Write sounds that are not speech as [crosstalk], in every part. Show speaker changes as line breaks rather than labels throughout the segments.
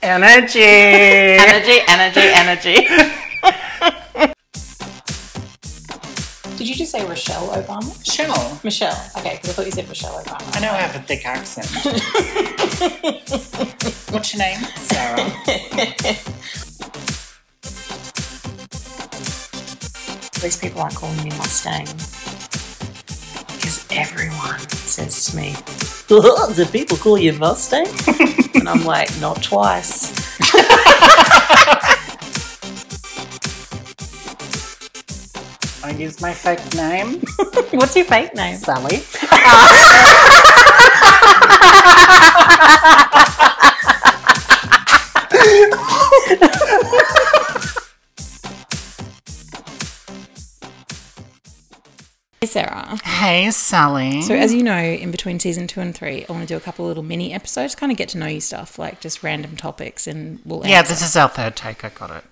Energy.
energy, energy, energy.
[laughs] Did you just say Rochelle Obama?
Shell.
Michelle. Okay, because I thought you said Michelle Obama.
I know I have a thick
[laughs]
accent. What's your name? Sarah.
These people aren't calling me Mustang because everyone says to me, "Do people call you Mustang?"
[laughs]
and I'm like, "Not twice."
I use my fake name.
[laughs] What's your fake name?
Sally.
Hey, Sarah.
Hey, Sally.
So, as you know, in between season two and three, I want to do a couple little mini episodes, kind of get to know you stuff, like just random topics, and we'll
yeah,
answer.
this is our third take. I got it.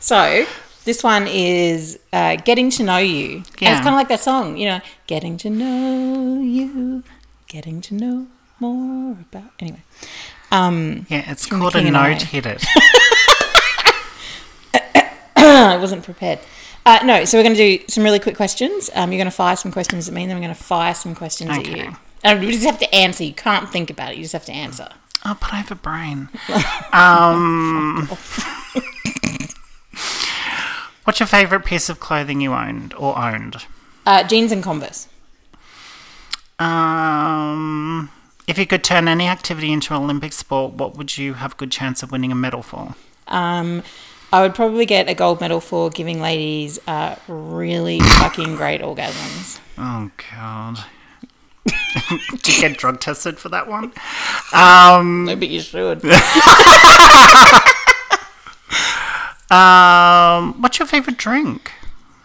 So this one is uh, getting to know you. And
Yeah.
it's kind of like that song, you know, getting to know you, getting to know more about. Anyway, um, [laughs]
Yeah, it's called a
King and I.
note hit
[laughs]
it.
I wasn't prepared. Uh, no, so we're going to do some really quick questions. Um, you're going to fire some questions at me, and then I'm going to fire some questions
Okay.
at you. And you just have to answer. You can't think about it. You just have to answer.
Oh, but I have a brain.
[laughs]
um, what's your favourite piece of clothing you owned or owned?
Uh, jeans and Converse.
Um, if you could turn any activity into an Olympic sport, what would you have a good chance of winning a medal for?
Um, I would probably get a gold medal for giving ladies uh, really fucking great orgasms.
Oh God. [laughs] Did you get drug tested for that one? Um,
Maybe you should.
um, what's your favourite drink?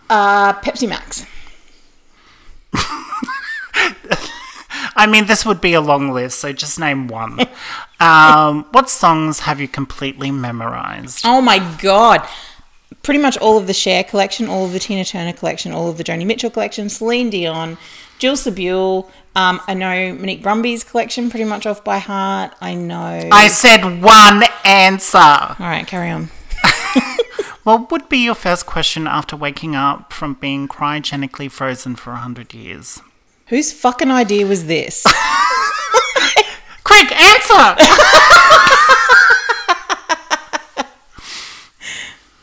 Uh, Pepsi Max.
I mean, this would be a long list, so just name one. [laughs] um, what songs have you completely memorised?
Oh my god. Pretty much all of the Cher collection, all of the Tina Turner collection, all of the Joni Mitchell collection, Celine Dion, Jill Sabule. Um, I know Monique Brumby's collection pretty much off by heart. I know.
I said one answer.
all right, carry on.
What would be your first question after waking up from being cryogenically frozen for 100 years?
Whose fucking idea was this?
Quick, answer! [laughs]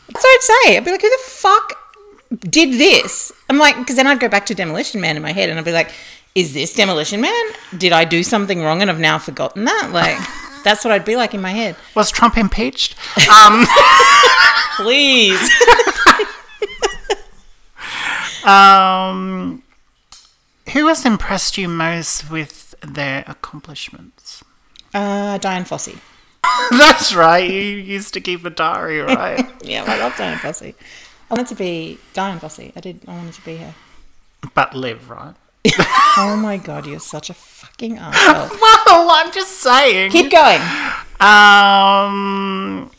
That's what I'd say. I'd be like, who the fuck did this? I'm like, because then I'd go back to Demolition Man in my head and I'd be like, is this Demolition Man? Did I do something wrong and I've now forgotten that? Like, that's what I'd be like in my head.
Was Trump impeached? Um,
Please.
um, who has impressed you most with their accomplishments? [laughs]
Uh, Diane Fossey.
That's right, you used to keep a diary, right?
Yeah, I love Diane Fossey. I wanted to be Diane Fossey. I did. I wanted to be her.
but live, right?
Oh my god, you're such a fucking asshole.
Well, I'm just saying.
Keep going.
Um,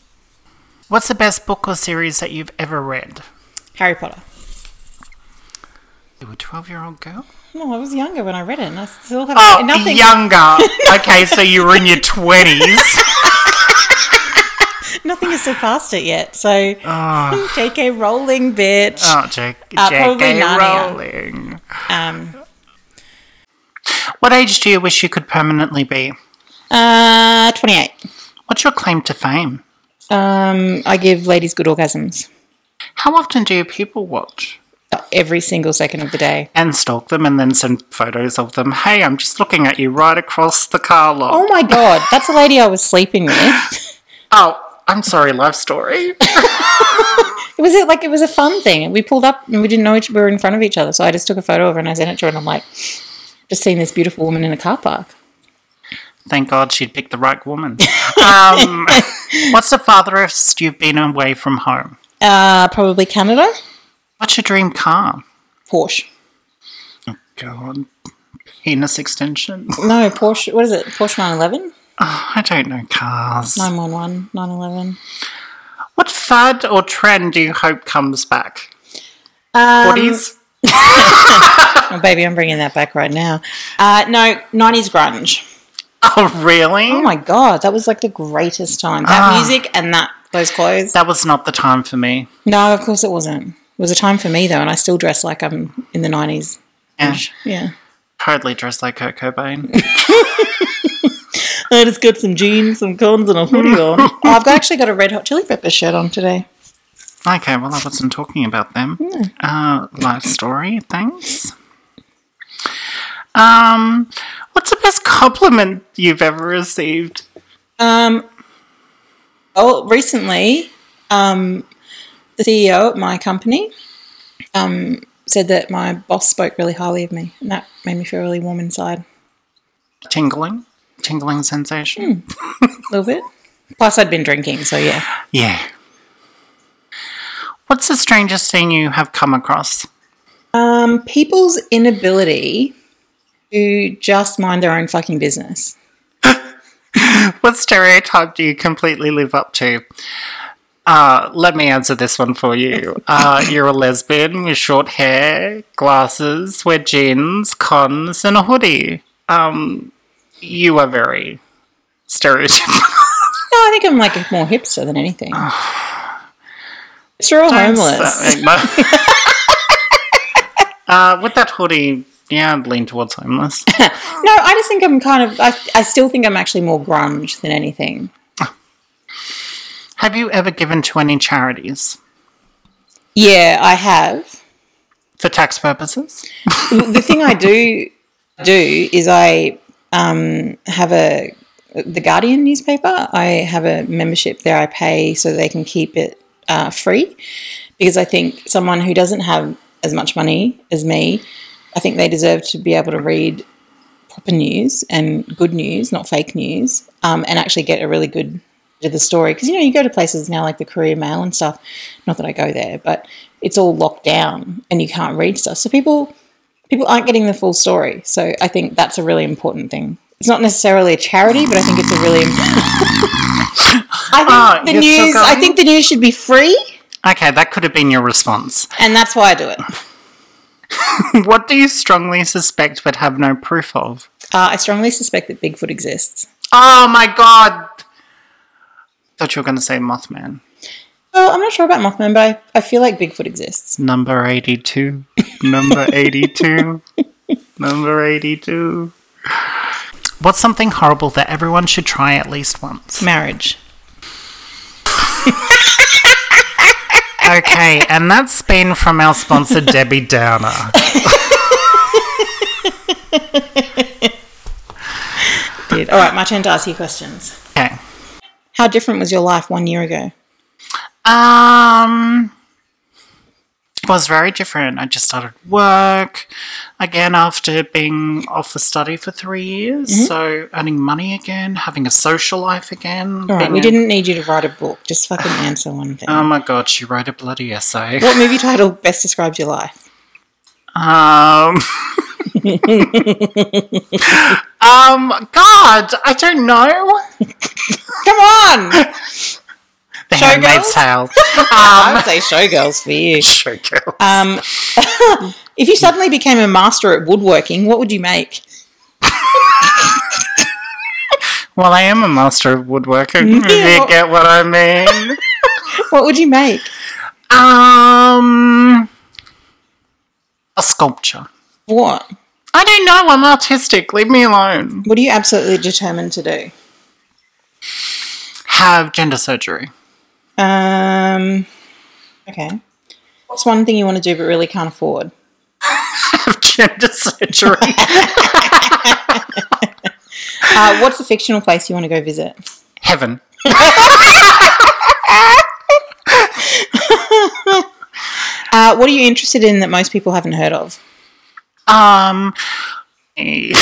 what's the best book or series that you've ever read?
Harry Potter.
You were a 12 year old girl?
No, I was younger when I read it, and I still have
Oh,
nothing.
younger. okay, so you were in your 20s.
Nothing has surpassed it yet. So, [laughs] J.K. Rowling, bitch.
Oh, J-
Uh, probably
J.K.
Narnia.
Rowling.
Um,
What age do you wish you could permanently be?
uh, twenty-eight.
What's your claim to fame?
Um, I give ladies good orgasms uh,
How often do people watch?
every single second of the day.
And stalk them and then send photos of them. Hey, I'm just looking at you right across the car lot.
Oh my god, that's a lady I was sleeping with.
oh I'm sorry, life story.
It was it like it was a fun thing. We pulled up and we didn't know each, we were in front of each other, so I just took a photo of her and I sent it to her, and I'm like, just seeing this beautiful woman in a car park.
Thank God she'd picked the right [laughs] woman. Um, what's the farthest you've been away from home?
Uh, probably Canada,
What's your dream car?
Porsche.
God, penis [laughs] extension.
No, Porsche. What is it? Porsche 911,
I don't know cars.
911, 911.
What fad or trend do you hope comes back? Um, Bodies?
Oh, baby, I'm bringing that back right now. Uh, no, 90s grunge.
[laughs] Oh, really?
Oh my god, that was like the greatest time. That music and that those clothes.
that was not the time for me.
no, of course it wasn't. It was a time for me though, and I still dress like I'm in the nineties.
Yeah,
Yeah.
totally dressed like Kurt Cobain.
I just got some jeans, some cons, and a hoodie on. oh, [laughs] I've got, actually got a Red Hot Chili Pepper shirt on today.
okay, well, I wasn't talking about them. Uh, life story, thanks. Um, what's the best compliment you've ever received?
Um, oh, recently, um, the CEO at my company um, said that my boss spoke really highly of me, and that made me feel really warm inside
Tingling, tingling sensation.
a little bit. Plus, I'd been drinking, so yeah.
Yeah. What's the strangest thing you have come across?
Um, people's inability to just mind their own fucking business.
What stereotype do you completely live up to? Uh, let me answer this one for
[laughs]
you. Uh, you're a lesbian with short hair, glasses, wear jeans, cons, and a hoodie. Um, you are very stereotypical.
No, I think I'm like more hipster than anything. Hipster or homeless?
[laughs]
[laughs]
uh, with that hoodie, yeah, I'd lean towards
[laughs]
homeless.
No, I just think I'm kind of. I, I still think I'm actually more grunge than anything.
have you ever given to any charities
Yeah, I have.
for tax purposes?
the thing I do do is I um, have a the Guardian newspaper. I have a membership there. I pay so they can keep it uh, free because I think someone who doesn't have as much money as me, I think they deserve to be able to read proper news and good news, not fake news, um, and actually get a really good bit of the story. Because you know you go to places now like the Courier Mail and stuff. Not that I go there, but it's all locked down and you can't read stuff. So people people aren't getting the full story. So I think that's a really important thing. It's not necessarily a charity, but I think it's a really important. I
Ah,
think the
you're still
news. I
going?
think the news should be free,
Okay, that could have been your response.
and that's why I do it.
What do you strongly suspect but have no proof of?
Uh, I strongly suspect that Bigfoot exists.
Oh my god! Thought you were going to say Mothman.
Well, I'm not sure about Mothman, but I, I feel like Bigfoot exists.
Number 82. [laughs] Number 82. Number 82. What's something horrible that everyone should try at least [laughs] once?
Marriage.
Okay, and that's been from our sponsor, Debbie Downer.
Dude. All right, my turn to ask you questions.
Okay.
How different was your life one year ago?
Um, it was very different. I just started work again after being off the study for three years.
Mm-hmm.
So earning money again, having a social life again.
All right,
being
we
a-
didn't need you to write a book. Just fucking answer one thing.
Oh my god, she wrote a bloody essay.
what movie title best describes your life?
Um. um. God, I don't know.
Come on!
[laughs] Um, The
Showgirls?
Handmaid's [laughs] Tale.
I would say Showgirls for you.
Showgirls.
Um, [laughs] if you suddenly became a master at woodworking, what would you make?
well, I am a master of woodworking.
Yeah,
if
well-
you get what I mean.
What would you make?
Um, a sculpture.
What?
I don't know. I'm artistic. Leave me alone.
What are you absolutely determined to do?
Have gender surgery.
Um, okay. What's one thing you want to do but really can't afford?
[laughs] Have gender surgery.
Uh, what's a fictional place you want to go visit?
[laughs] Heaven.
Uh, what are you interested in that most people haven't heard of?
Um. eh.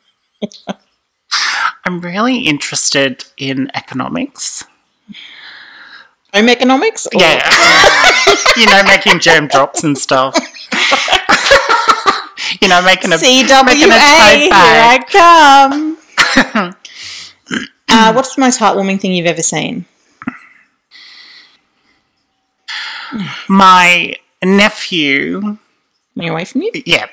[laughs] I'm really interested in economics.
Home economics? Or-
Yeah. [laughs] you know, making jam drops and stuff. [laughs] you know, making a
CWA,
making
here
a tote bag.
I come.
[coughs]
uh, what's the most heartwarming thing you've ever seen?
My nephew
[laughs] Me away from you?
Yeah.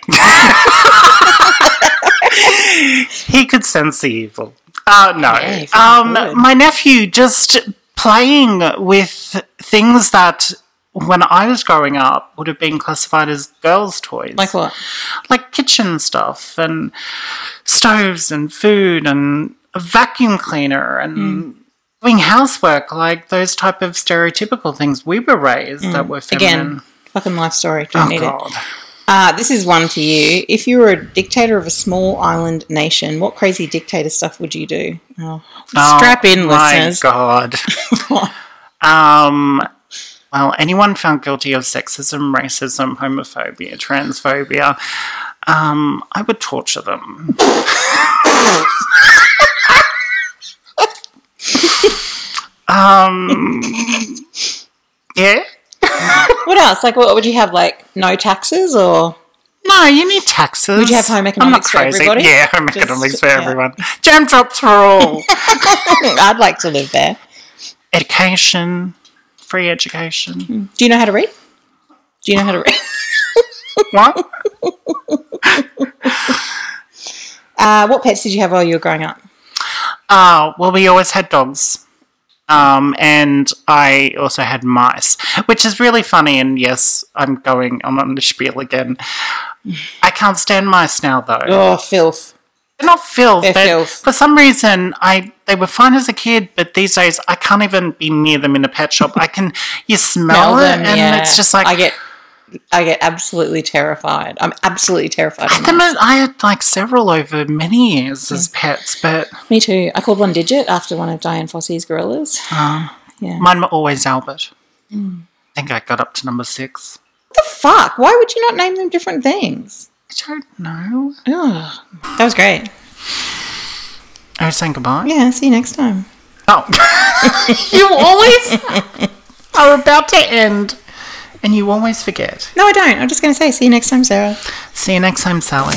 he could sense the evil. Uh, no.
Yeah, he fucking
um,
would.
my nephew just playing with things that when I was growing up would have been classified as girls' toys.
Like what?
Like kitchen stuff and stoves and food and a vacuum cleaner and
Hmm.
doing housework, like those type of stereotypical things we were raised that were
Hmm. Again,
feminine.
fucking life story. Don't
oh,
need it.
God.
Uh, this is one for you. If you were a dictator of a small island nation, what crazy dictator stuff would you do? Oh,
Oh,
strap in,
my
listeners. [laughs]
God. Um, well, anyone found guilty of sexism, racism, homophobia, transphobia, um, I would torture them. [laughs] um, yeah.
What else? Like, what would you have? Like, no taxes or
No, you need taxes.
Would you have home
I'm not
economics for
crazy.
everybody?
Yeah, home
Just-
economics for
yeah.
everyone. Jam drops for
[laughs]
all.
Mm, I'd like to live there.
education, free education.
Do you know how to read? Do you know how to read? [laughs]
what?
Uh, what pets did you have while you were growing up?
Uh, well, we always had dogs. Um, and I also had mice, which is really funny. And yes, I'm going, I'm on the spiel again. I can't stand mice now, though.
Oh, filth.
They're not filth,
They're
but
filth.
for some reason, I they were fine as a kid, but these days I can't even be near them in a pet shop. I can, you smell,
Smell
it,
them,
Oh, and
yeah.
it's just like,
I get, I get absolutely terrified. I'm absolutely terrified.
I,
of
don't
mice.
know, I had like several over many years as pets, but
Me too. I called one digit after one of Diane Fossey's gorillas. [laughs] yeah.
mine were always Albert.
Mm.
I think I got up to number six.
What the fuck? Why would you not name them different things?
I don't know.
Ugh. That was great.
I was saying goodbye.
Yeah, see you next time.
Oh. [laughs] you always [laughs] are about to end and you always forget.
No, I don't. I'm just going to say, see you next time, Sarah.
See you next time, Sally.